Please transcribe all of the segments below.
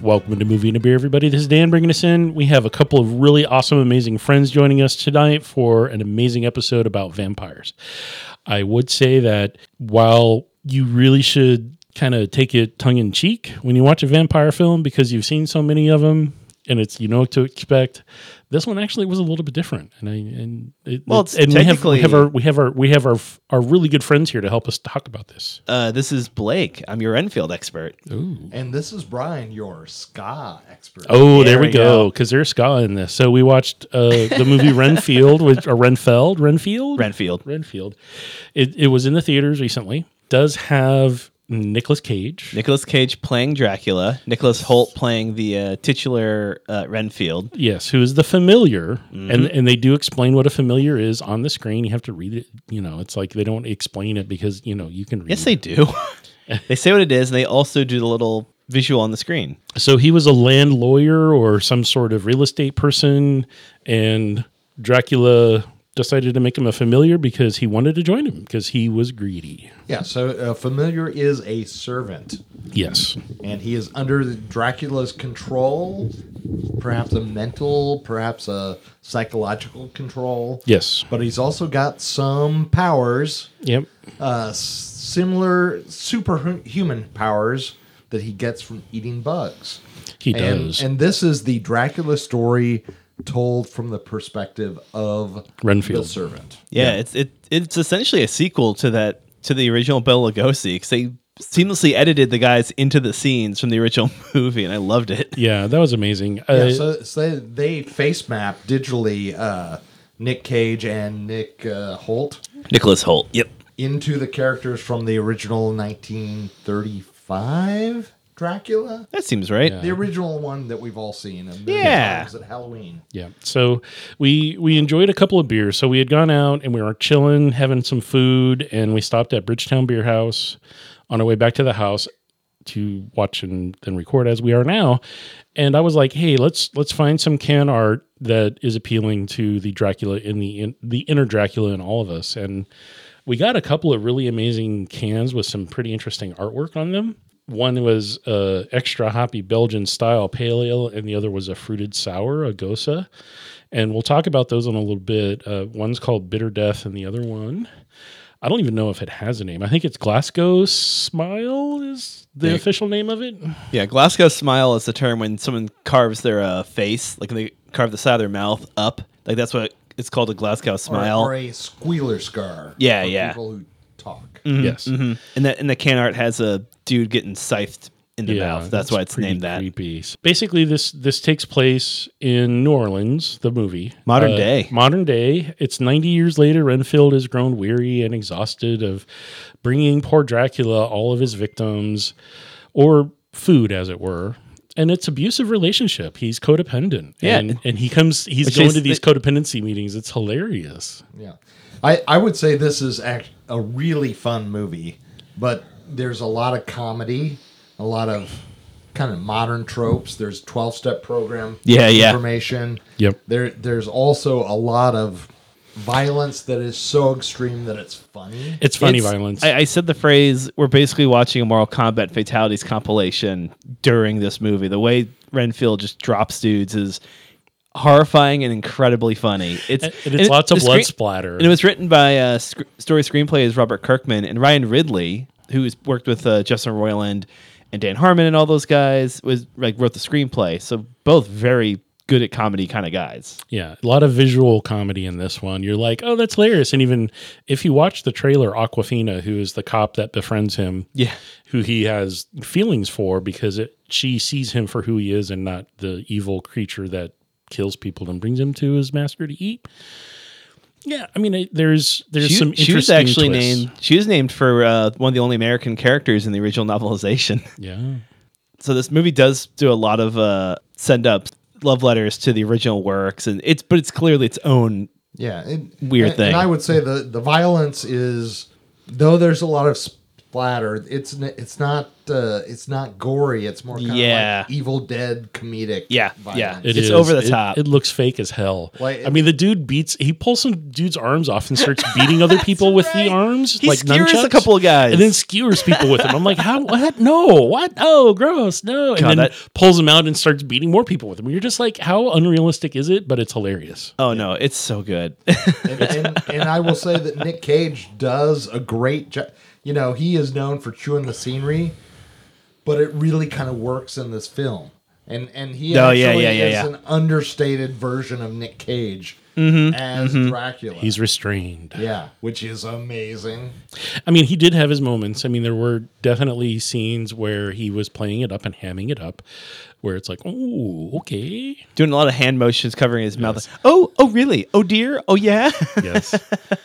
Welcome to Movie and a Beer, everybody. This is Dan bringing us in. We have a couple of really awesome, amazing friends joining us tonight for an amazing episode about vampires. I would say that while you really should kind of take it tongue in cheek when you watch a vampire film because you've seen so many of them and it's you know what to expect. This one actually was a little bit different, and I and it, Well, it's and we have, we technically- have our we have our we have our f- our really good friends here to help us talk about this. Uh, this is Blake. I'm your Renfield expert. And this is Brian, your ska expert. Oh, there, There we we go. Because there's ska in this. So we watched uh, the movie Renfield with or Renfeld, Renfield, Renfield. Renfield. It, it was in the theaters recently. Does have Nicolas Cage. Nicholas Cage playing Dracula. Nicholas Holt playing the uh, titular uh, Renfield. Yes, who is the familiar, and and they do explain what a familiar is on the screen. You have to read it. You know, it's like they don't explain it because you know you can read. Yes, they do. they say what it is, and they also do the little visual on the screen. so he was a land lawyer or some sort of real estate person, and Dracula decided to make him a familiar because he wanted to join him because he was greedy. Yeah, so uh, familiar is a servant, Yes, and he is under Dracula's control, perhaps a mental, perhaps a psychological control. yes, But he's also got some powers, yep, uh, s- similar superhuman powers that he gets from eating bugs. he and, does. and this is the Dracula story told from the perspective of Renfield. the servant. Yeah, it's it it's essentially a sequel to that to the original Bela Lugosi because they seamlessly edited the guys into the scenes from the original movie, and I loved it. yeah, that was amazing. Uh, Yeah, so, so they, they face map digitally uh, Nick Cage and Nick uh, Holt Nicholas Holt. Yep. into the characters from the original 1935 Dracula, That seems right. the original one that we've all seen. A million Yeah. times at Halloween. Yeah. So we we enjoyed a couple of beers. So we had gone out and we were chilling, having some food, and we stopped at Bridgetown Beer House on our way back to the house to watch and then record as we are now. And I was like, "Hey, let's let's find some can art that is appealing to the Dracula in the in, the inner Dracula in all of us." And we got a couple of really amazing cans with some pretty interesting artwork on them. One was uh, extra hoppy Belgian style pale ale, and the other was a fruited sour, a gosa. And we'll talk about those in a little bit. Uh, one's called Bitter Death, and the other one, I don't even know if it has a name. I think it's Glasgow Smile is the Yeah. official name of it. Yeah, Glasgow smile is the term when someone carves their uh, face, like they carve the side of their mouth up. Like that's what it's called a Glasgow Or, smile. or a squealer scar. Yeah, for yeah. People who talk. yes. Mhm. And that and the can art has a dude getting scythed in the mouth. That's, why it's pretty named that. Creepy. Basically, this this takes place in New Orleans, the movie, Uh, Modern day. Modern day. It's 90 years later. Renfield has grown weary and exhausted of bringing poor Dracula all of his victims, or food, as it were. And it's abusive relationship. He's codependent. Yeah. And, and he comes. He's Which going is to these the- codependency meetings. It's hilarious. Yeah, I I would say this is act, a really fun movie, but there's a lot of comedy, a lot of kind of modern tropes. There's twelve step program. Yeah, yeah. Information. Yep. There there's also a lot of violence that is so extreme that it's funny. It's funny It's- violence. I, I said the phrase, we're basically watching a Mortal Kombat Fatalities compilation during this movie. The way Renfield just drops dudes is horrifying and incredibly funny. It's, And- and it's lots of the blood splatter. And it was written by uh, sc- story screenplay is Robert Kirkman and Ryan Ridley, who's worked with uh, Justin Roiland and Dan Harmon and all those guys, was like wrote the screenplay. So both very good at comedy kind of guys. Yeah, a lot of visual comedy in this one. You're like, oh, that's hilarious. And even if you watch the trailer, Aquafina, who is the cop that befriends him, Yeah. who he has feelings for because it, she sees him for who he is and not the evil creature that kills people and brings him to his master to eat. Yeah, I mean, it, there's there's she, some interesting. she was actually twists. named she was named for uh, one of the only American characters in the original novelization. Yeah, so this movie does do a lot of uh, send ups, love letters to the original works, and it's but it's clearly its own. Yeah, and, Weird and- thing. And I would say the the violence is, though there's a lot of splatter. It's n- it's not uh, it's not gory. It's more kind Yeah. of like Evil Dead comedic. Yeah, violence. yeah. It It's is. over the It- top. It, looks fake as hell. Like- I mean, the dude beats. He pulls some dude's arms off and starts beating other people with the arms, He like skewers nunchucks, a couple of guys. and then skewers people with them. I'm like, how? What? No, what? Oh, gross, no. And God, then that- pulls them out and starts beating more people with them. You're just like, how unrealistic is it? But it's hilarious. oh no, it's so good. and, and, and I will say that Nick Cage does a great job. You know, he is known for chewing the scenery, but it really kind of works in this film. And and he Oh, actually yeah, yeah, yeah, is yeah. an understated version of Nick Cage Mm-hmm. as Dracula. He's restrained. yeah, which is amazing. I mean, he did have his moments. I mean, there were definitely scenes where he was playing it up and hamming it up, where it's like, oh, okay, Doing a lot of hand motions, covering his mouth. Oh, oh really? Oh dear. Oh yeah. yes.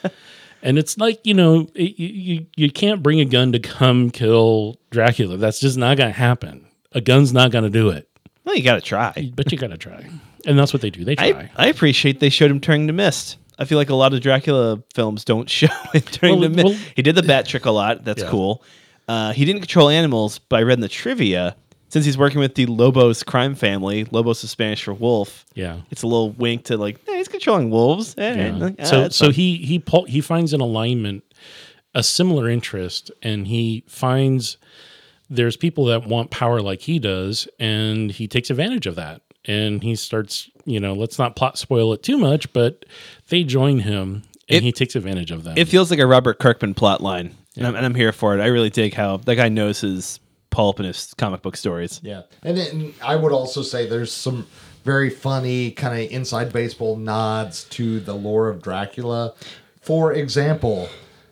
And it's like you know it, you you- you can't bring a gun to come kill Dracula. That's just not gonna happen. A gun's not gonna do it. well, you gotta try. But you gotta try, and that's what they do. They try. I, I appreciate they showed him turning to mist. I feel like a lot of Dracula films don't show it turning Well, to mist. well- he did the bat trick a lot. That's Yeah. cool. Uh, he didn't control animals, but I read in the trivia since he's working with the Lobos crime family. Lobos is Spanish for wolf. yeah. It's a little wink to like, hey, he's controlling wolves. Eh, Yeah. like, ah, so that's so he he pull, he finds an alignment, a similar interest, and he finds there's people that want power like he does, and he takes advantage of that. And he starts, you know, let's not plot spoil it too much, but they join him, and It- he takes advantage of them. it feels like a Robert Kirkman plot line, and, I'm, and I'm here for it. I really dig how that guy knows his pulp and his comic book stories. Yeah, and, then I would also say there's some very funny kind of inside baseball nods to the lore of Dracula. For example,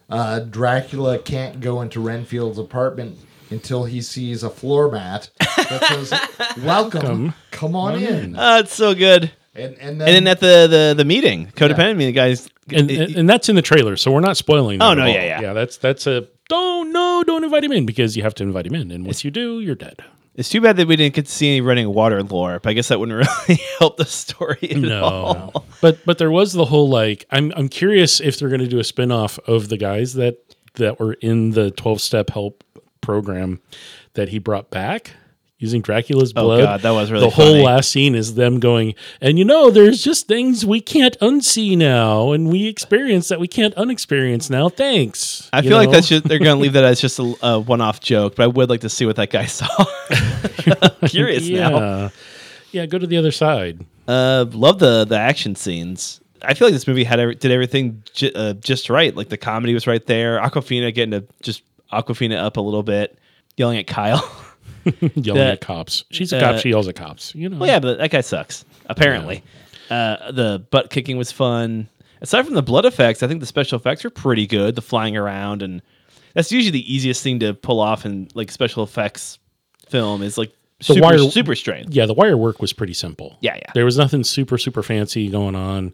uh, Dracula can't go into Renfield's apartment until he sees a floor mat that says "Welcome, come on in," Ah, it's so good. and and And then then, at the the, the meeting, codependent meeting, guys. and, it- and, and that's in the trailer, so we're not spoiling. That Oh, at no, all. yeah, yeah. yeah. That's that's a don't no, don't invite him in because you have to invite him in, and once you do, you're dead. It's too bad that we didn't get to see any running water lore, but I guess that wouldn't really help the story at all. No. but but there was the whole like I'm I'm curious if they're going to do a spin-off of the guys that that were in the 12 step help program that he brought back using Dracula's blood. Oh, God, that was really The funny. whole last scene is them going, and you know, there's just things we can't unsee now and we experience that we can't unexperience now. Thanks. I You feel like know? that's just they're going to leave that as just a, a one-off joke, but I would like to see what that guy saw. I'm curious yeah. now. Yeah, go to the other side. Uh, love the the action scenes. I feel like this movie had every, did everything j- uh, just right. Like the comedy was right there. Aquafina getting to just Aquafina up a little bit, yelling at Kyle. Yelling That- at cops. She's a uh, cop. She yells at cops. You know. well, yeah, but that guy sucks apparently. Uh, the butt kicking was fun. Aside from the blood effects, I think the special effects are pretty good. The flying around and that's usually the easiest thing to pull off in like special effects film is like The super, wire- super strain. yeah, the wire work was pretty simple. Yeah, yeah. There was nothing super super fancy going on.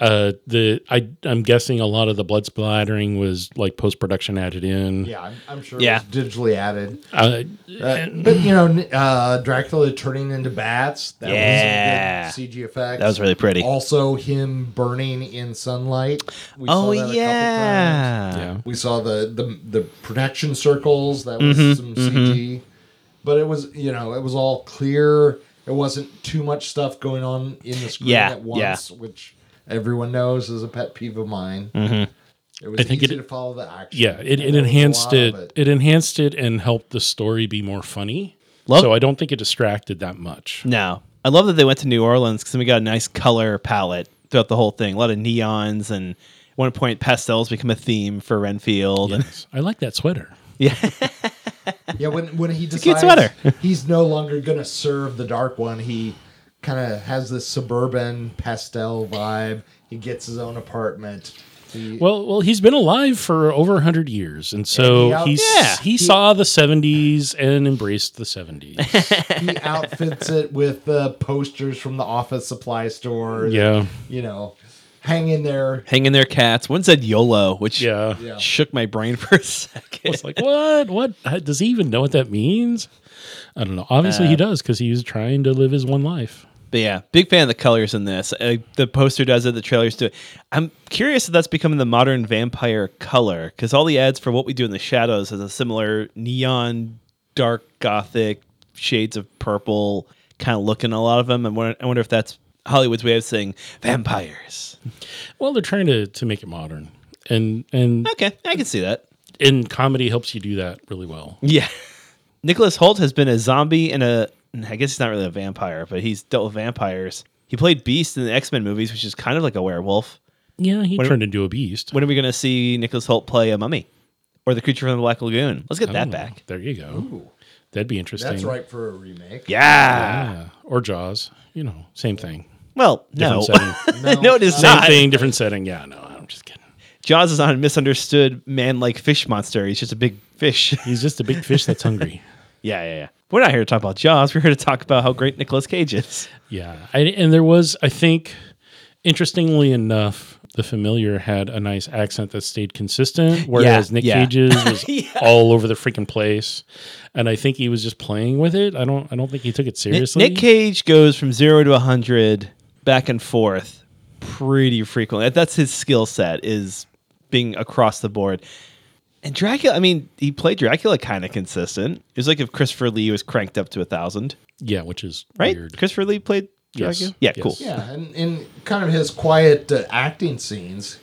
Uh, the I I'm guessing a lot of the blood splattering was like post production added in. yeah, I'm, I'm sure Yeah. it's digitally added. Uh, Uh, but you know, n- uh, Dracula turning into bats. That Yeah. was some good CG effects. That was really pretty. Also, him burning in sunlight. Oh, We oh that a couple times. yeah. yeah. We saw the the the protection circles. That was Mm-hmm, some CG, but it was you know it was all clear. It wasn't too much stuff going on in the screen Yeah, at once, which everyone knows is a pet peeve of mine. Mm-hmm. It was I think easy it- to follow the action. Yeah, it, And it there was a enhanced lot it, of it. enhanced it and helped the story be more funny. Love- so I don't think it distracted that much. No. I love that they went to New Orleans because we got a nice color palette throughout the whole thing. A lot of neons and at one point pastels become a theme for Renfield. And Yes. I like that sweater. Yeah, when when he cute decides he's no longer gonna serve the dark one, he kind of has this suburban pastel vibe. He gets his own apartment. He, Well, well, he's been alive for over hundred years, and so And he he's, out- Yeah. he saw the '70s and embraced the '70s. he outfits it with uh, posters from the office supply store. that, yeah, you know, hang in there. Hanging their cats. One said YOLO, which yeah, Yeah. shook my brain for a second. It's like, what? What? How- Does he even know what that means? I don't know. Obviously, he does because he's trying to live his one life. But yeah, big fan of the colors in this. Uh, the poster does it, the trailers do it. I'm curious if that's becoming the modern vampire color because all the ads for What We Do in the Shadows has a similar neon dark gothic shades of purple kind of look in a lot of them. And wonder, I wonder if that's Hollywood's way of saying vampires. Well, they're trying to to make it modern, and and Okay, I can see that. and comedy helps you do that really well. Yeah. Nicholas Holt has been a zombie and a I guess he's not really a vampire, but he's dealt with vampires. He played Beast in the X-Men movies, which is kind of like a werewolf. Yeah, he When- turned into a beast. When are we going to see Nicholas Holt play a mummy or the creature from the Black Lagoon? Let's get I that don't know. back. There you go. Ooh, That'd be interesting. that's right for a remake. Yeah. Yeah. Or Jaws. You know, same thing. Well, no. Different setting. no, it is same not. thing, different setting. Yeah, no, I'm just kidding. Jaws is not a misunderstood man-like fish monster. He's just a big fish. He's just a big fish that's hungry. yeah, yeah, yeah. We're not here to talk about Jaws. We're here to talk about how great Nicolas Cage is. Yeah. I, and there was, I think, interestingly enough, the familiar had a nice accent that stayed consistent, whereas Nick yeah. Cage's was all over the freaking place. And I think he was just playing with it. I don't I don't think he took it Ni- seriously. Nick Cage goes from zero to hundred back and forth pretty frequently. That- That's his skill set is being across the board. And Dracula, I mean, he played Dracula kind of consistent. It was like if Christopher Lee was cranked up to a thousand, yeah, which is right? weird. Christopher Lee played Yes. Dracula. Yeah, Yes. cool. Yeah. Yeah, and in kind of his quiet uh, acting scenes,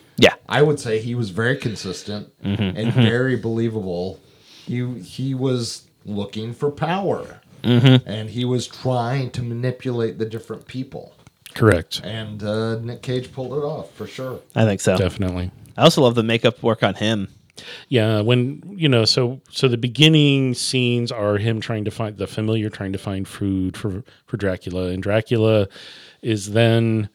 I would say he was very consistent and very believable. He he was looking for power, and he was trying to manipulate the different people. Correct. And uh, Nick Cage pulled it off for sure. I think so. Definitely. I also love the makeup work on him. Yeah, when you know, so so the beginning scenes are him trying to find the familiar trying to find food for for Dracula, and Dracula is then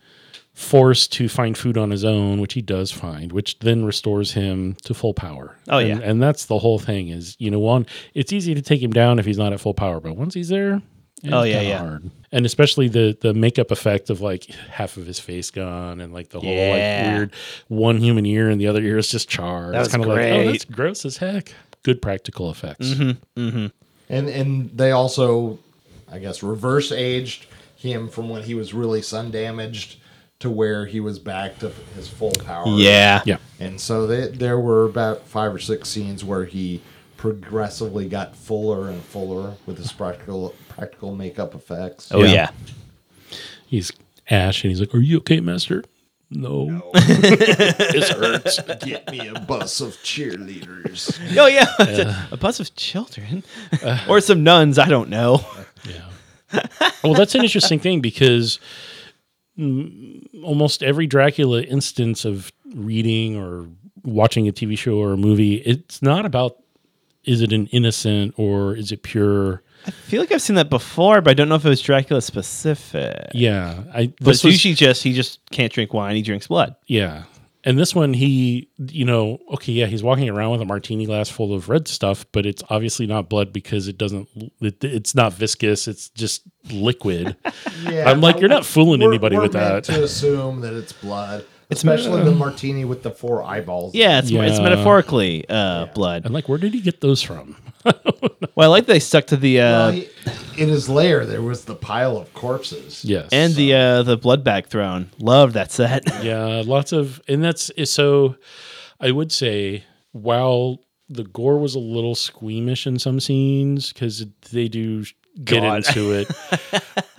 forced to find food on his own, which he does find, which then restores him to full power. Oh, And- yeah. and that's the whole thing is you know one, it's easy to take him down if he's not at full power, but once he's there, it's Oh, yeah, kinda yeah. hard. And especially the the makeup effect of like half of his face gone and like the whole Yeah. like weird one human ear and the other ear is just charred. That It's was kinda like, great. Mm-hmm. oh, that's gross as heck. Good practical effects. And and they also, I guess, reverse aged him from when he was really sun damaged to where he was back to his full power. Yeah. Yeah. And so they, there were about five or six scenes where he progressively got fuller and fuller with his practical practical makeup effects. Oh, yeah. Yeah. He's Ash and he's like, Are you okay, Master? No. this hurts. Get me a bus of cheerleaders. Oh, yeah. a bus of children or some nuns. I don't know. Well, that's an interesting thing because mm, almost every Dracula instance of reading or watching a TV show or a movie, it's not about is it an innocent or is it pure? I feel like I've seen that before, but I don't know if it was Dracula specific. Yeah, I But this it's was- usually just he just can't drink wine; he drinks blood. yeah, and this one he you know okay yeah he's walking around with a martini glass full of red stuff, but it's obviously not blood because it doesn't it, it's not viscous, it's just liquid. Yeah, I'm like you're not fooling we're- anybody we're with meant that. To assume that it's blood, especially the martini with the four eyeballs. Yeah, it's it's Yeah. metaphorically uh, blood. I'm like, where did he get those from? Well, I like that they stuck to the uh, Well, he- in his lair, there was the pile of corpses. Yes, and the uh, the blood back throne. Love that set. Yeah, lots of, and that's eh, so. I would say while the gore was a little squeamish in some scenes because they do get God. into it.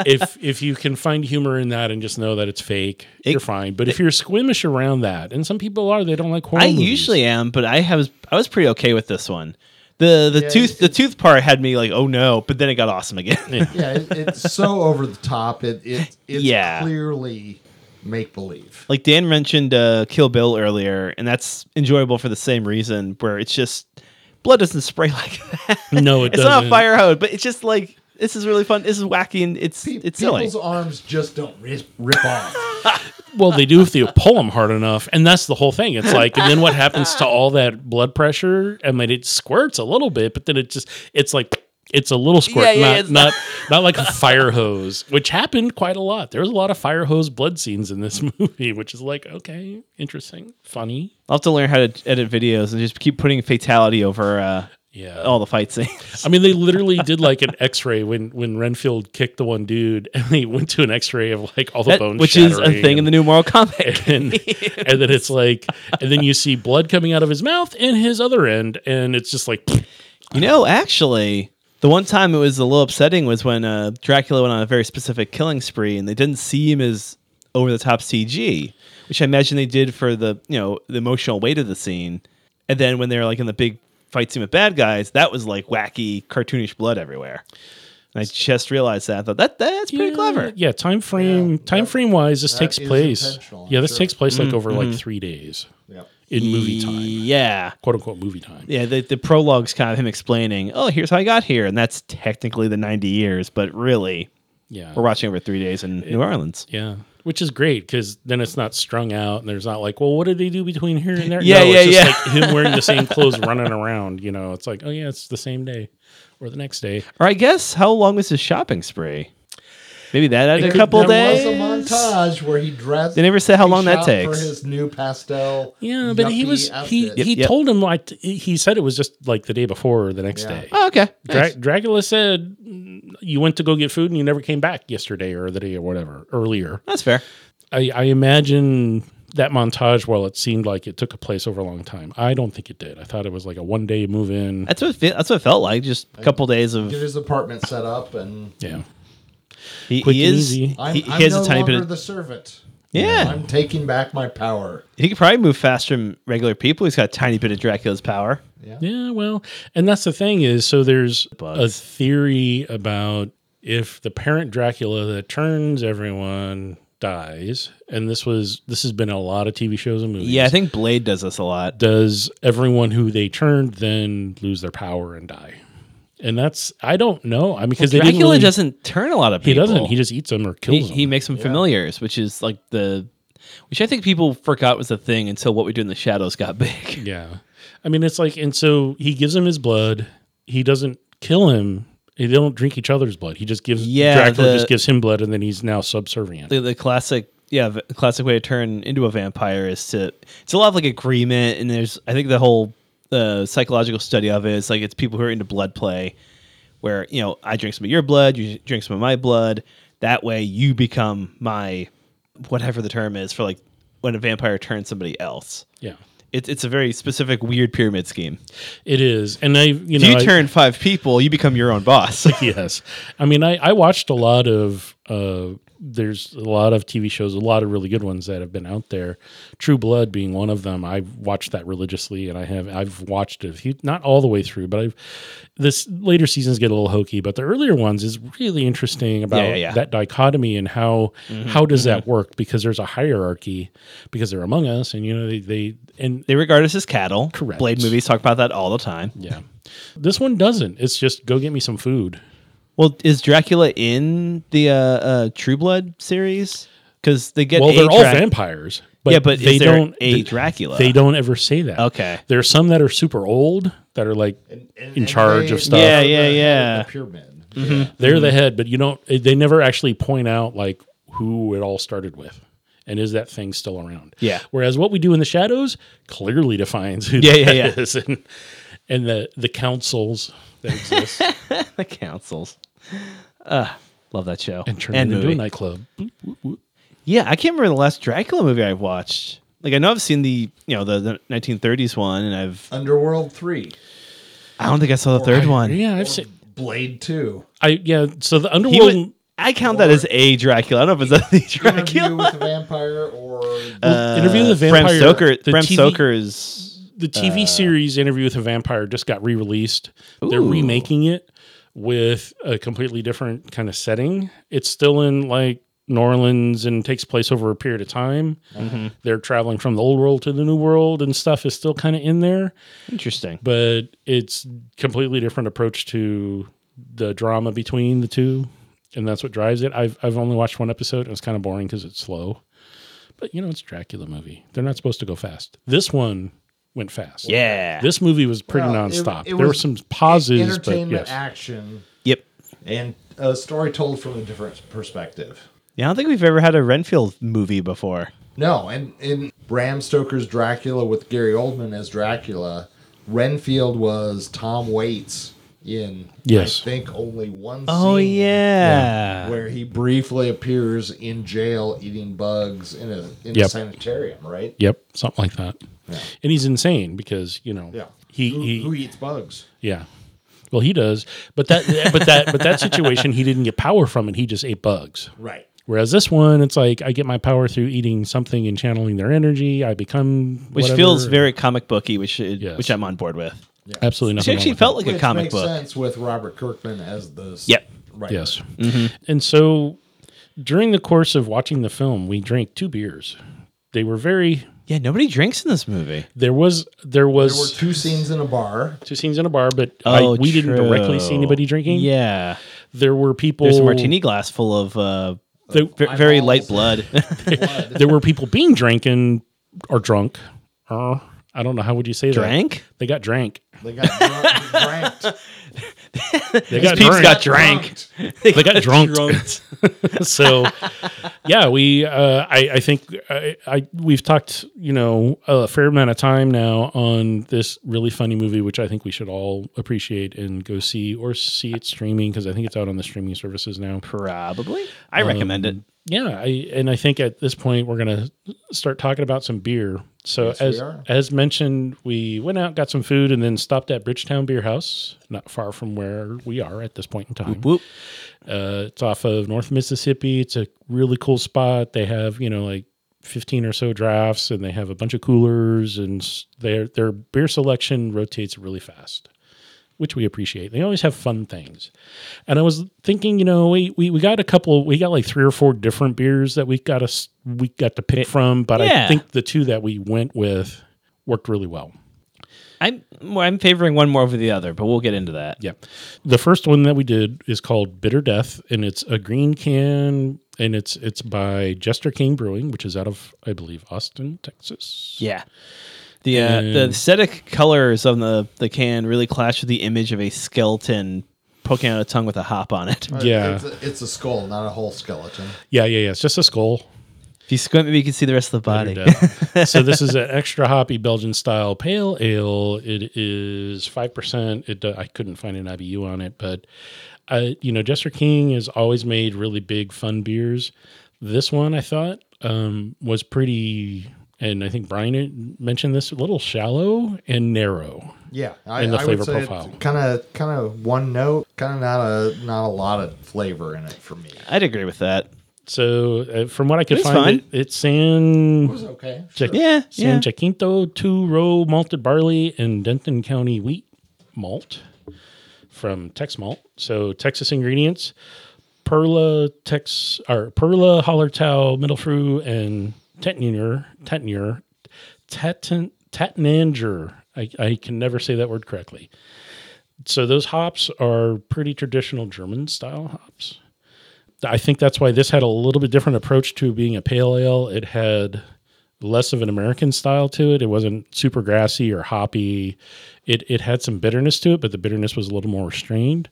if if you can find humor in that and just know that it's fake, It- you're fine. But if you're squeamish around that, and some people are, they don't like horror. I movies. usually am, but I have I was pretty okay with this one. The the Yeah, tooth it- the tooth part had me like oh no, but then it got awesome again. yeah. It, it's so over the top. It, it it's Yeah. clearly make believe. like Dan mentioned uh, Kill Bill earlier, and that's enjoyable for the same reason where it's just blood doesn't spray like that. no, it it's doesn't. not a fire hose, but it's just like this is really fun. This is wacky and it's it's silly. People's arms just don't rip, rip off. Well, they do if you pull them hard enough, and that's the whole thing. It's like, and then what happens to all that blood pressure? I mean, it squirts a little bit, but then it just, it's like, it's a little squirt, Yeah, yeah, it's not not not like a fire hose, which happened quite a lot. There was a lot of fire hose blood scenes in this movie, which is like, okay, interesting, funny. I'll have to learn how to edit videos and just keep putting fatality over uh, Yeah. all the fight scenes. I mean, they literally did like an X-ray when when Renfield kicked the one dude, and they went to an X-ray of like all the That- bones, which is a thing in the new Mortal Kombat. and, and then it's like, and then you see blood coming out of his mouth and his other end, and it's just like, you know, actually, The one time it was a little upsetting was when uh, Dracula went on a very specific killing spree, and they didn't see him as over the top CG, which I imagine they did for the you know the emotional weight of the scene. And then when they were like in the big fight scene with bad guys, that was like wacky, cartoonish blood everywhere. And I just realized that. I thought that that's pretty Yeah, clever. Yeah, time frame time frame wise, this that takes is place. intentional, I'm Yeah, this sure. takes place Mm, like over like three days Yep. in movie time, Yeah. quote unquote movie time. Yeah, the, the prologue's kind of him explaining, oh, here's how I got here. And that's technically the 90 years, but really, Yeah, we're watching over three days in New Orleans. yeah, which is great because then it's not strung out and there's not like, well, what did they do between here and there? Yeah, no, it's yeah, just like him wearing the same clothes running around. You know, it's like, oh yeah, it's the same day or the next day. Or I guess, how long was his shopping spree? Maybe that added a could- couple there days. was There was a montage where he dressed. They never said how he long that shopped takes. For his new pastel. Yeah, but he yuppie was he outfit. he Yep. told him like he said it was just like the day before or the next Yeah. day. Oh, okay. Dra- Nice. Dracula said "Mm, you went to go get food and you never came back yesterday or the day or whatever earlier. That's fair. I, I imagine that montage. While it seemed like it took a place over a long time, I don't think it did. I thought it was like a one day move in. That's what, it fe- that's what it felt like. Just a couple days of. Get his apartment set up, and Yeah, He, quick he and is. easy. He, I'm, he I'm has no a tiny longer bit of. the servant. yeah. I'm taking back my power. He could probably move faster than regular people. He's got a tiny bit of Dracula's power. yeah. Well, and that's the thing is, so there's a Bugs. theory about if the parent Dracula that turns everyone dies, and this was this has been a lot of TV shows and movies. Yeah, I think Blade does this a lot. does everyone who they turned then lose their power and die? And that's I don't know. I mean, because they didn't Dracula really, doesn't turn a lot of he people. doesn't. He just eats them or he, kills he them. makes them familiars, which is like the, which I think people forgot was a thing until what we do in the shadows got big. yeah, I mean, it's like, and so he gives him his blood. He doesn't kill him. They don't drink each other's blood. He just gives Yeah, Dracula the- just gives him blood, and then he's now subservient. the, the classic, yeah, the classic way to turn into a vampire is to it's a lot of like agreement, and there's I think the whole uh, psychological study of it is like it's people who are into blood play, where you know I drink some of your blood, you drink some of my blood. That way, you become my whatever the term is for like when a vampire turns somebody else. yeah, It's it's a very specific weird pyramid scheme. it is. And I, you know, If you I- turn five people, you become your own boss. yes. I mean, I, I watched a lot of, uh, there's a lot of TV shows, a lot of really good ones that have been out there. True Blood being one of them. I've watched that religiously and I have, I've watched it, a few- not all the way through, but I've, this later seasons get a little hokey, but the earlier ones is really interesting about Yeah, Mm-hmm, yeah, yeah. that dichotomy and how, how does that work? Because there's a hierarchy because they're among us and, you know, they, they and they regard us as cattle. Correct. Blade movies talk about that all the time. yeah, this one doesn't. It's just go get me some food. Well, is Dracula in the uh, uh, True Blood series? Because they get well, a they're all Drac- vampires. But Yeah, but they is there don't a they- Dracula? They don't ever say that. Okay. there are some that are super old that are like And- in and charge they- Mhm. of stuff. Yeah, the- yeah, the- yeah. Mm-hmm. The pyramid. They're the head, but you don't. eh, They never actually point out like who it all started with, and is that thing still around? Yeah. Whereas what we do in the shadows clearly defines who Yeah, that yeah, yeah. is and, and the the councils that exist the councils. Uh, love that show and turn it into movie. a nightclub. Yeah, I can't remember the last Dracula movie I've watched. Like I know I've seen the you know the, the 1930s one, and I've Underworld three. I don't think I saw the third one. Yeah, I've seen. Blade two. I yeah. So the He underworld. was- I count that as a Dracula. I don't know if it's the Interview Dracula. with the vampire or interview with the Bram vampire. Stoker. the Bram TV Stoker is the Uh, TV series Interview with a Vampire just got re released. They're Ooh. remaking it with a completely different kind of setting. It's still in like New Orleans and takes place over a period of time. Mm-hmm. They're traveling from the old world to the new world and stuff is still kind of in there, interesting. but it's completely different approach to the drama between the two. And that's what drives it. I've, I've only watched one episode. It was kind of boring because it's slow. But you know, it's a Dracula movie. They're not supposed to go fast. This one went fast. Yeah. This movie was pretty Well, it- nonstop. it there were was some pauses, but entertainment yes. action Yep. and a story told from a different perspective. Yeah, I don't think we've ever had a Renfield movie before. No, and in Bram Stoker's Dracula with Gary Oldman as Dracula, Renfield was Tom Waits in Yes. I think only one Oh scene yeah. where he briefly appears in jail eating bugs in a in a Yep. sanitarium, right? Yep, something like that. Yeah. And he's insane because you know Yeah. he who, he who eats bugs? yeah. Well, he does, but that, but that, but that situation, he didn't get power from it. He just ate bugs. Right. Whereas this one, it's like I get my power through eating something and channeling their energy. I become which whatever. feels very comic booky, which it- Yes. which I'm on board with. absolutely She nothing. actually wrong with felt like Which a comic makes book. sense with Robert Kirkman as the Yep. right. it. yes. Mm-hmm. And so, during the course of watching the film, we drank two beers. They were very. Yeah, nobody drinks in this movie. There was there There were was two scenes in a bar. two scenes in a bar, but I, we didn't Oh, true. directly see anybody drinking. Yeah, there were people. there's a martini glass full of uh, There, ver- very Eyeballs. light blood. there were people being drinking or drunk. Uh, I don't know how would you say that. Drank? They got drank. They got drunk, dranked. They got peeps drunk. got drank. Drunked. they got drunk. so yeah, we uh, I, I think I, I we've talked you know a fair amount of time now on this really funny movie, which I think we should all appreciate and go see or see it streaming because I think it's out on the streaming services now. Probably. I recommend it. Yeah, I, and I think at this point we're gonna start talking about some beer. So we as are. as mentioned, we went out, got some food, and then stopped at Bridgetown Beer House, not far from where we are at this point in time. Um, Whoop. Uh, it's off of North Mississippi. It's a really cool spot. They have you know like fifteen or so drafts, and they have a bunch of coolers, and s- their their beer selection rotates really fast, which we appreciate. They always have fun things. And I was thinking, you know, we we, we got a couple, we got like three or four different beers that we got to s- we got to pick from, but I yeah. think the two that we went with worked really well. I'm well, I'm favoring one more over the other, but we'll get into that. Yeah. The first one that we did is called Bitter Death, and it's a green can, and it's it's by Jester King Brewing, which is out of I believe Austin, Texas. Yeah. The uh, the And- aesthetic colors on the the can really clash with the image of a skeleton poking out a tongue with a hop on it. Yeah. It's a, it's a skull, not a whole skeleton. Yeah, yeah, yeah. It's just a skull. If you squint, maybe you can see the rest of the body. Bitter Death. so this is an extra hoppy Belgian style pale ale. It is five percent. It do- I couldn't find an IBU on it, but uh, you know, Jester King has always made really big fun beers. This one I thought um, was pretty, and I think Brian mentioned this a little shallow and narrow. Yeah, I, And the I flavor would say profile. Kind of, kind of one note. Kind of not a not a lot of flavor in it for me. It I'd agree with that. So uh, from what I could It's find, fine. it, it's San was okay. Check- Yeah, yeah. San Jacinto two row malted barley and Denton County wheat malt from Tex Malt. So Texas ingredients: Perla Tex or Perla Hollertau Middlefru and Tetninger Tetninger Tetten Tetnanger. I, I can never say that word correctly. So those hops are pretty traditional German style hops. I think that's why this had a little bit different approach to being a pale ale. It had less of an American style to it. It wasn't super grassy or hoppy. It it had some bitterness to it, but the bitterness was a little more restrained.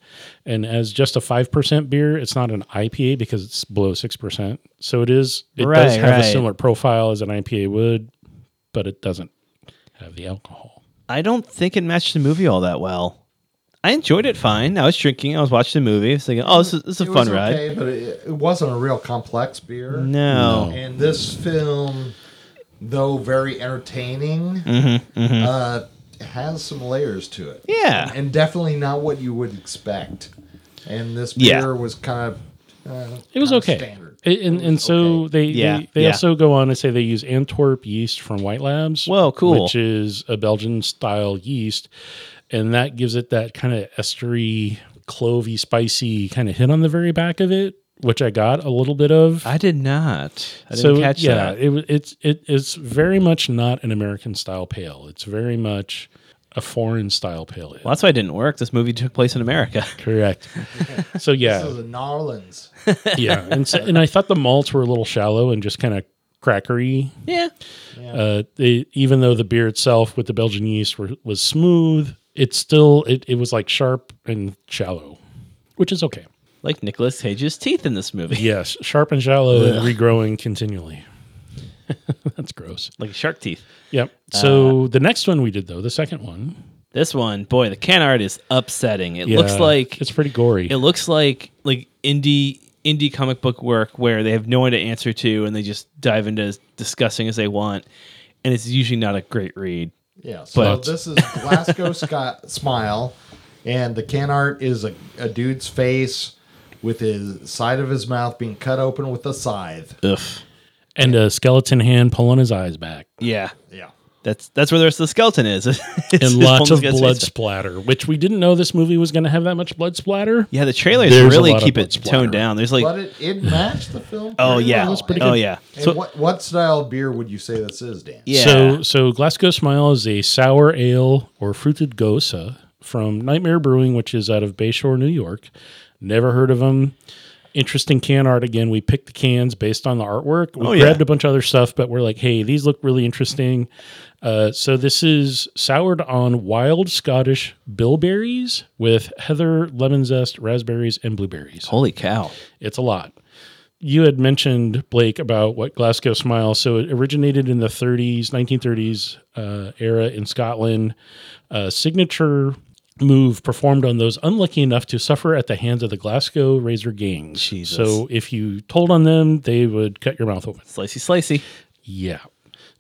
And as just a five percent beer, it's not an IPA because it's below six percent. So it is it does Right, have a right. similar profile as an IPA would, but it doesn't have the alcohol. I don't think it matched the movie all that well. I enjoyed it fine. I was drinking. I was watching the movie. I was thinking, oh, this is, this is a fun It was ride. okay, but it, it wasn't a real complex beer. No. And this film, though very entertaining, Mm-hmm, Uh, has some layers to it. Yeah. and definitely not what you would expect. And this Yeah. beer was kind of uh, It was kinda okay. Standard. And, and, and so they Yeah, they, they yeah. also go on and say they use Antwerp yeast from White Labs. Whoa, cool. Which is a Belgian style yeast, and that gives it that kind of estery, clovey, spicy kind of hit on the very back of it, which I got a little bit of. I did not. I didn't catch yeah, that. it wa- it's it, it's very much not an American style pale. It's very much a foreign style pale. ale. Well, that's why it didn't work. This movie took place in America. Correct. so yeah, This is a Narlands. yeah, and so, and I thought the malts were a little shallow and just kind of crackery. yeah. Uh, they, even though the beer itself with the Belgian yeast were, was smooth, it still it, it was like sharp and shallow, which is okay. Like Nicolas Cage's teeth in this movie. Yes, sharp and shallow and regrowing continually. That's gross. Like shark teeth. Yep. So the next one we did though, the second one, This one, boy, the can art is upsetting. It looks yeah, like uh, it's pretty gory. it looks like like indie indie comic book work where they have no one to answer to and they just dive into as discussing as they want. And it's usually not a great read. Yeah, so But- this is Glasgow Sky, Smile, And the can art is a, a dude's face with his side of his mouth being cut open with a scythe. Ugh. and a skeleton hand pulling his eyes back, Yeah. Yeah. That's that's where the rest of the skeleton is. It's- it's and lots one of guy's blood face. splatter, which we didn't know this movie was going to have that much blood splatter. Yeah, the trailers There's a really lot of keep blood it splatter. toned down. There's like But it, it matched the film. Oh pretty yeah. well. Oh yeah. And So what what style of beer would you say this is, Dan? yeah. So, so Glasgow Smile is a sour ale or fruited gosa from Nightmare Brewing, which is out of Bayshore, New York. Never heard of them. Interesting can art again. We picked the cans based on the artwork. We Oh, yeah. grabbed a bunch of other stuff, but we're like, hey, these look really interesting. Uh, so this is soured on wild Scottish bilberries with heather, lemon zest, raspberries, and blueberries. holy cow. It's a lot. You had mentioned Blake about what Glasgow Smile. So it originated in the 30s, 1930s uh, era in Scotland. A signature move performed on those unlucky enough to suffer at the hands of the Glasgow Razor gangs. Jesus. So if you told on them, they would cut your mouth open. Slicey slicey. Yeah,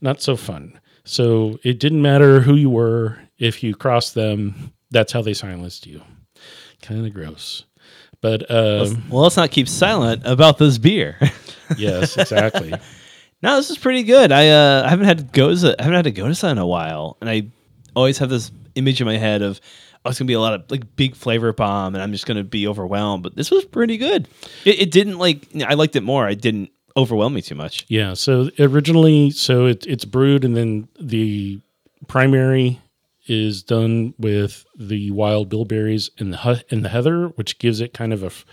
not so fun. So it didn't matter who you were. If you crossed them, that's how they silenced you. Kind of gross. But um, Well, let's not keep silent about this beer. yes, exactly. no, this is pretty good. I uh, I haven't had goza. I haven't had a goza in a while, and I always have this image in my head of oh, it's gonna be a lot of like big flavor bomb, and I'm just gonna be overwhelmed. But this was pretty good. It, it didn't like I liked it more. It didn't overwhelm me too much. Yeah. So originally, so it, it's brewed, and then the primary is done with the wild bilberries and the hu- and the heather, which gives it kind of a f-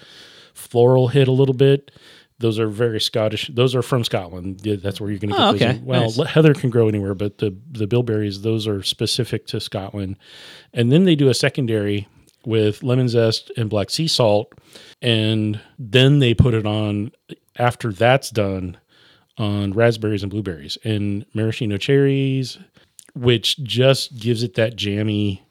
floral hit a little bit. Those are very Scottish. Those are from Scotland. Yeah, that's where you're going to get Oh, those. okay. in- Well, Nice. le- heather can grow anywhere, but the the bilberries those are specific to Scotland. And then they do a secondary with lemon zest and black sea salt, and then they put it on after that's done on raspberries and blueberries and maraschino cherries, which just gives it that jammy,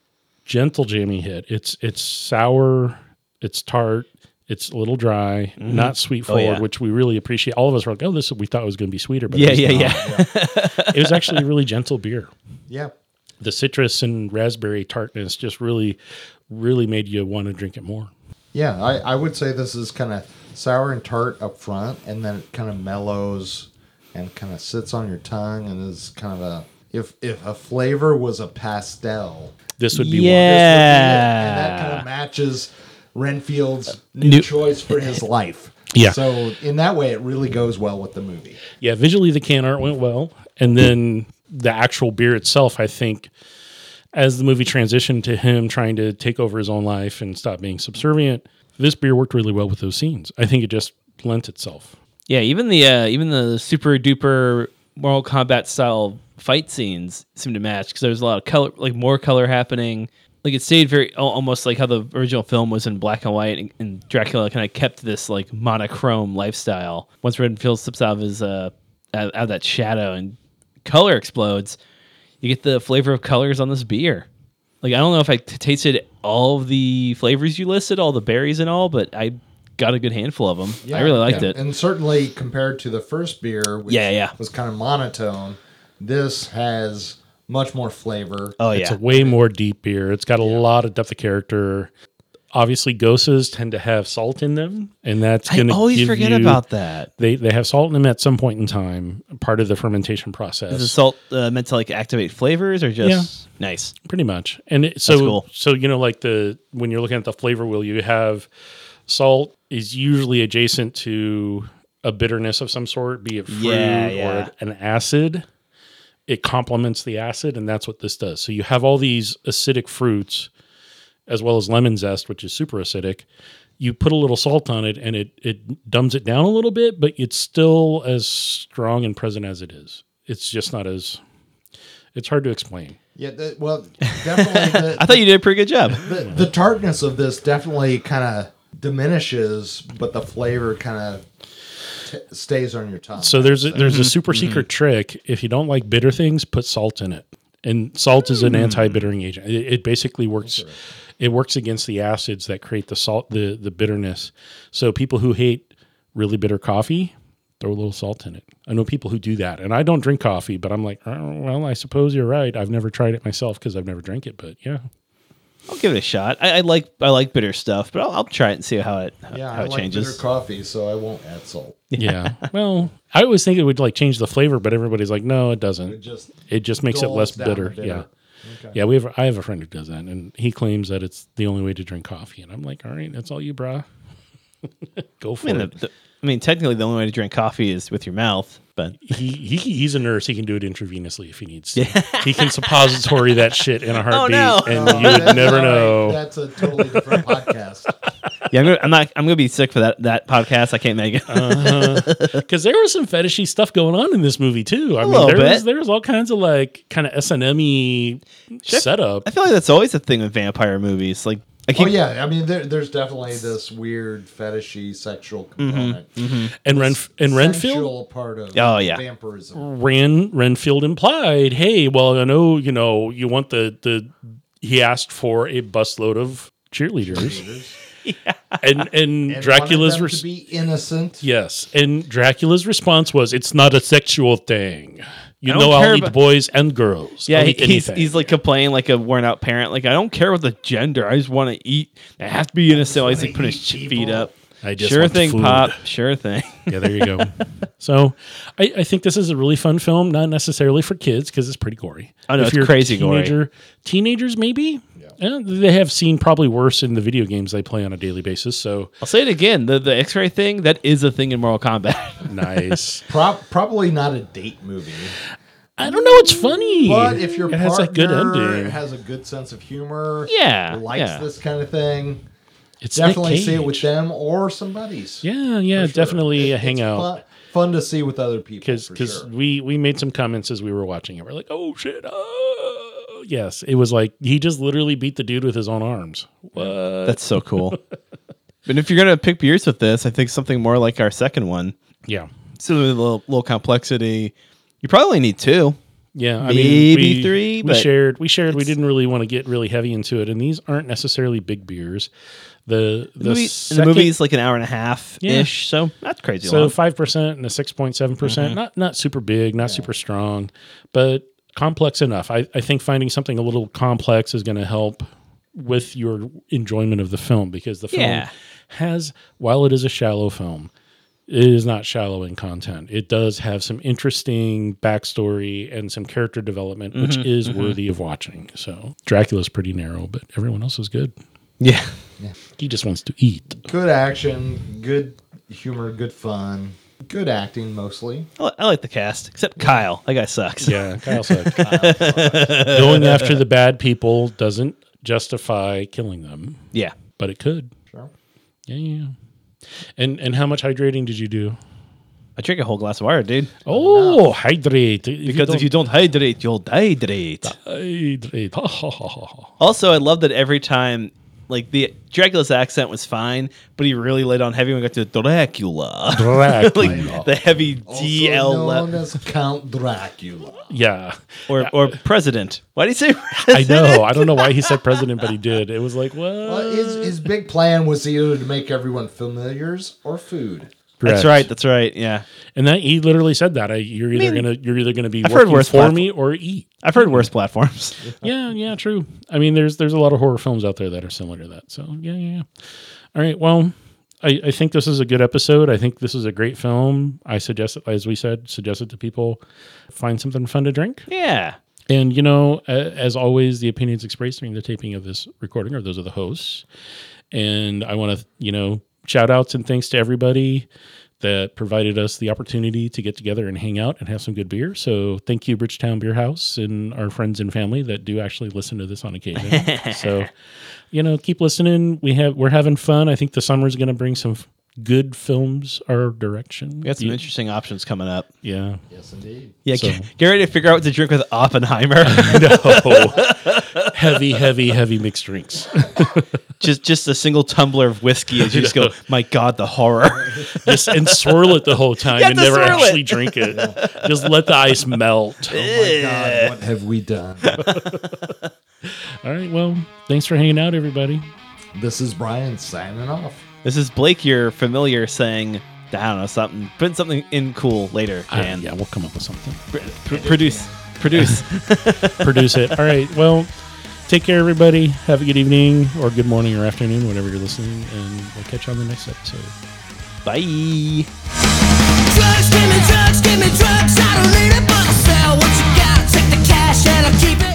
gentle jammy hit. It's it's sour, it's tart, it's a little dry, not sweet forward, Mm-hmm. Oh, yeah. which we really appreciate. All of us were like, "Oh, this we thought was going to be sweeter," but Yeah, it's yeah, not. yeah. It was actually a really gentle beer. Yeah. The citrus and raspberry tartness just really, really made you want to drink it more. Yeah, I, I would say this is kind of sour and tart up front, and then it kind of mellows and kind of sits on your tongue and is kind of a if if a flavor was a pastel. This would be Yeah. one. this would be it, and that kind Yeah. of matches Renfield's new choice for his life. Yeah. So in that way, it really goes well with the movie. Yeah, visually the can art went well, and then the actual beer itself, I think, as the movie transitioned to him trying to take over his own life and stop being subservient, this beer worked really well with those scenes. I think it just lent itself. Yeah, even the uh, even the super duper Mortal Kombat style fight scenes seem to match because there was a lot of color, like more color happening. Like it stayed very al- almost like how the original film was in black and white, and, and Dracula kind of kept this like monochrome lifestyle. Once Renfield slips out of his uh out, out of that shadow and color explodes, you get the flavor of colors on this beer. Like I don't know if I t- tasted all of the flavors you listed, all the berries and all, but I got a good handful of them. I really liked yeah. it. and certainly compared to the first beer, which Yeah, yeah. was kind of monotone. This has much more flavor. Oh It's yeah, a way more deep beer. It's got a lot of depth of character. Obviously, gosas tend to have salt in them, and that's I going to always forget about that. They they have salt in them at some point in time, part of the fermentation process. Is the salt uh, meant to like activate flavors or just nice? pretty much and it, so cool. so you know like the when you're looking at the flavor wheel you have salt is usually adjacent to a bitterness of some sort be it fruit Yeah, or yeah. an acid it complements the acid and that's what this does so you have all these acidic fruits as well as lemon zest which is super acidic you put a little salt on it and it it dumbs it down a little bit but it's still as strong and present as it is it's just not as it's hard to explain Yeah, the, well, definitely. The, I thought you did a pretty good job. the, the tartness of this definitely kind of diminishes, but the flavor kind of t- stays on your tongue. So there's a, there's a super secret trick. If you don't like bitter things, put salt in it. And salt is an anti-bittering agent. It, it basically works. It works against the acids that create the salt, the the bitterness. So people who hate really bitter coffee, throw a little salt in it. I know people who do that, and I don't drink coffee, but I'm like, oh, well, I suppose you're right. I've never tried it myself because I've never drank it, but yeah, I'll give it a shot. I, I like I like bitter stuff, but I'll, I'll try it and see how it how, Yeah, how I it like changes. bitter coffee, so I won't add salt. Yeah. well, I always think it would like change the flavor, but everybody's like, no, it It doesn't. just It just makes it dulls less down the bitter. Yeah. Okay. Yeah, we have. I have a friend who does that, and he claims that it's the only way to drink coffee. And I'm like, all right, that's all you, brah. Go I for mean, the, it. the, I mean, technically, the only way to drink coffee is with your mouth, but he, he he's a nurse. He can do it intravenously if he needs to. he can suppository that shit in a heartbeat, no. and No, you that's would never all right. know. That's a totally different podcast. yeah, I'm, gonna, I'm not. I'm gonna be sick for that that podcast. I can't make it. Uh-huh. because there was some fetishy stuff going on in this movie too. I mean, little there bit. was there was all kinds of like kind of S and M y Sure. setup. I feel like that's always a thing with vampire movies. Like, I Oh keep, yeah, I mean there, there's definitely this weird fetishy sexual component. And Renf- and Mm-hmm, Renfield Mm. Sensual part of Oh, yeah. vampirism. ran Renfield implied, hey, well, I know you know you want the the he asked for a busload of cheerleaders, and and, And Dracula's wanted them res- to be innocent. yes, and Dracula's response was, it's not a sexual thing. You I don't know, I'll care eat about- boys and girls. yeah. I'll he- eat he's anything." he's like complaining like a worn out parent. Like, I don't care what the gender. I just want to eat. I have to be innocent. Like, he's like putting his ch- feet up. I just Sure want thing, food. pop. Sure thing. yeah, there you go. so I, I think this is a really fun film, not necessarily for kids because it's pretty gory. Oh, no, it's a crazy gory. teenager, Teenagers, maybe? Eh, they have seen probably worse in the video games they play on a daily basis. So I'll say it again. The the X-ray thing that is a thing in Mortal Kombat. nice. Prob- probably not a date movie, I don't know. It's funny. but if your it partner has a good ending, has a good sense of humor, Yeah, likes yeah. this kind of thing, it's Nick definitely see it Cage. with them or some buddies. Yeah, yeah, for sure. definitely It- a it's hangout. Fun, fun to see with other people Because for because sure. we we made some comments as we were watching it. We're like, oh shit. Oh. Yes, it was like he just literally beat the dude with his own arms. What? Uh, That's so cool. but if you're gonna pick beers with this, I think something more like our second one. Yeah. So a little, little complexity. You probably need two. Yeah, I mean, Maybe we, three, We but shared, we shared. We didn't really want to get really heavy into it, and these aren't necessarily big beers. The the, The, movie, and the second- movie's like an hour and a half ish. So that's crazy. so long. five percent and a six point seven percent. Not not super big, not super strong, but complex enough. I, I think finding something a little complex is going to help with your enjoyment of the film because the film Yeah. has, while it is a shallow film, it is not shallow in content. It does have some interesting backstory and some character development, which is worthy of watching. So Dracula's pretty narrow, but everyone else is good. yeah. He just wants to eat. Good action, good humor, good fun, good acting mostly. I, li- I like the cast, except Kyle. That guy sucks. Yeah, Kyle sucked. Going after the bad people doesn't justify killing them, Yeah. but it could. Sure. Yeah, yeah. yeah. And and how much hydrating did you do? I drink a whole glass of water, dude. Oh, hydrate. If Because if you don't hydrate, you'll hydrate. hydrate. Also, I love that every time, like the Dracula's accent was fine, but he really laid on heavy when he got to Dracula, Dracula. the heavy Also D L known as Count Dracula. yeah. or or president. Why do you say? I President? know. I don't know why he said president, but he did. It was like, what? Well, Uh, his, his big plan was either to make everyone familiars or food. That's Correct. right. That's right. Yeah, And that he literally said that. I, you're either mean, gonna you're either gonna be I've heard working worse for platform- me or eat. I've heard worse platforms. yeah, yeah, true. I mean, there's there's a lot of horror films out there that are similar to that. So yeah, yeah, yeah. All right. Well, I, I think this is a good episode. I think this is a great film. I suggest it, as we said, suggest it to people. Find something fun to drink. yeah. And you know, a- as always, the opinions expressed during the taping of this recording are those of the hosts. And I want to, you know, shout outs and thanks to everybody that provided us the opportunity to get together and hang out and have some good beer. So thank you, Bridgetown Beer House, and our friends and family that do actually listen to this on occasion. so, you know, keep listening. We have we're having fun. I think the summer's going to bring some f- good films our direction. We got some interesting options coming up. yeah. Yes, indeed. Yeah, So- get, get ready to figure out what to drink with Oppenheimer. no. Oh, heavy, heavy, heavy mixed drinks. just just a single tumbler of whiskey as you just go, my God, the horror. just and swirl it the whole time You have and to never swirl actually it. Eh. drink it. Just let the ice melt. Oh my God, what have we done? All right, well, thanks for hanging out, everybody. this is Brian signing off. this is Blake, your familiar, saying, I don't know, something. Put something in cool later, Uh, and yeah, we'll come up with something. produce. Produce. Produce it. All right, well, Take care, everybody. Have a good evening or good morning or afternoon, whenever you're listening, and we'll catch you on the next episode. Bye. Drugs, give me drugs, give me drugs. I don't need it, but I'll sell what you got. Take the cash and I'll keep it.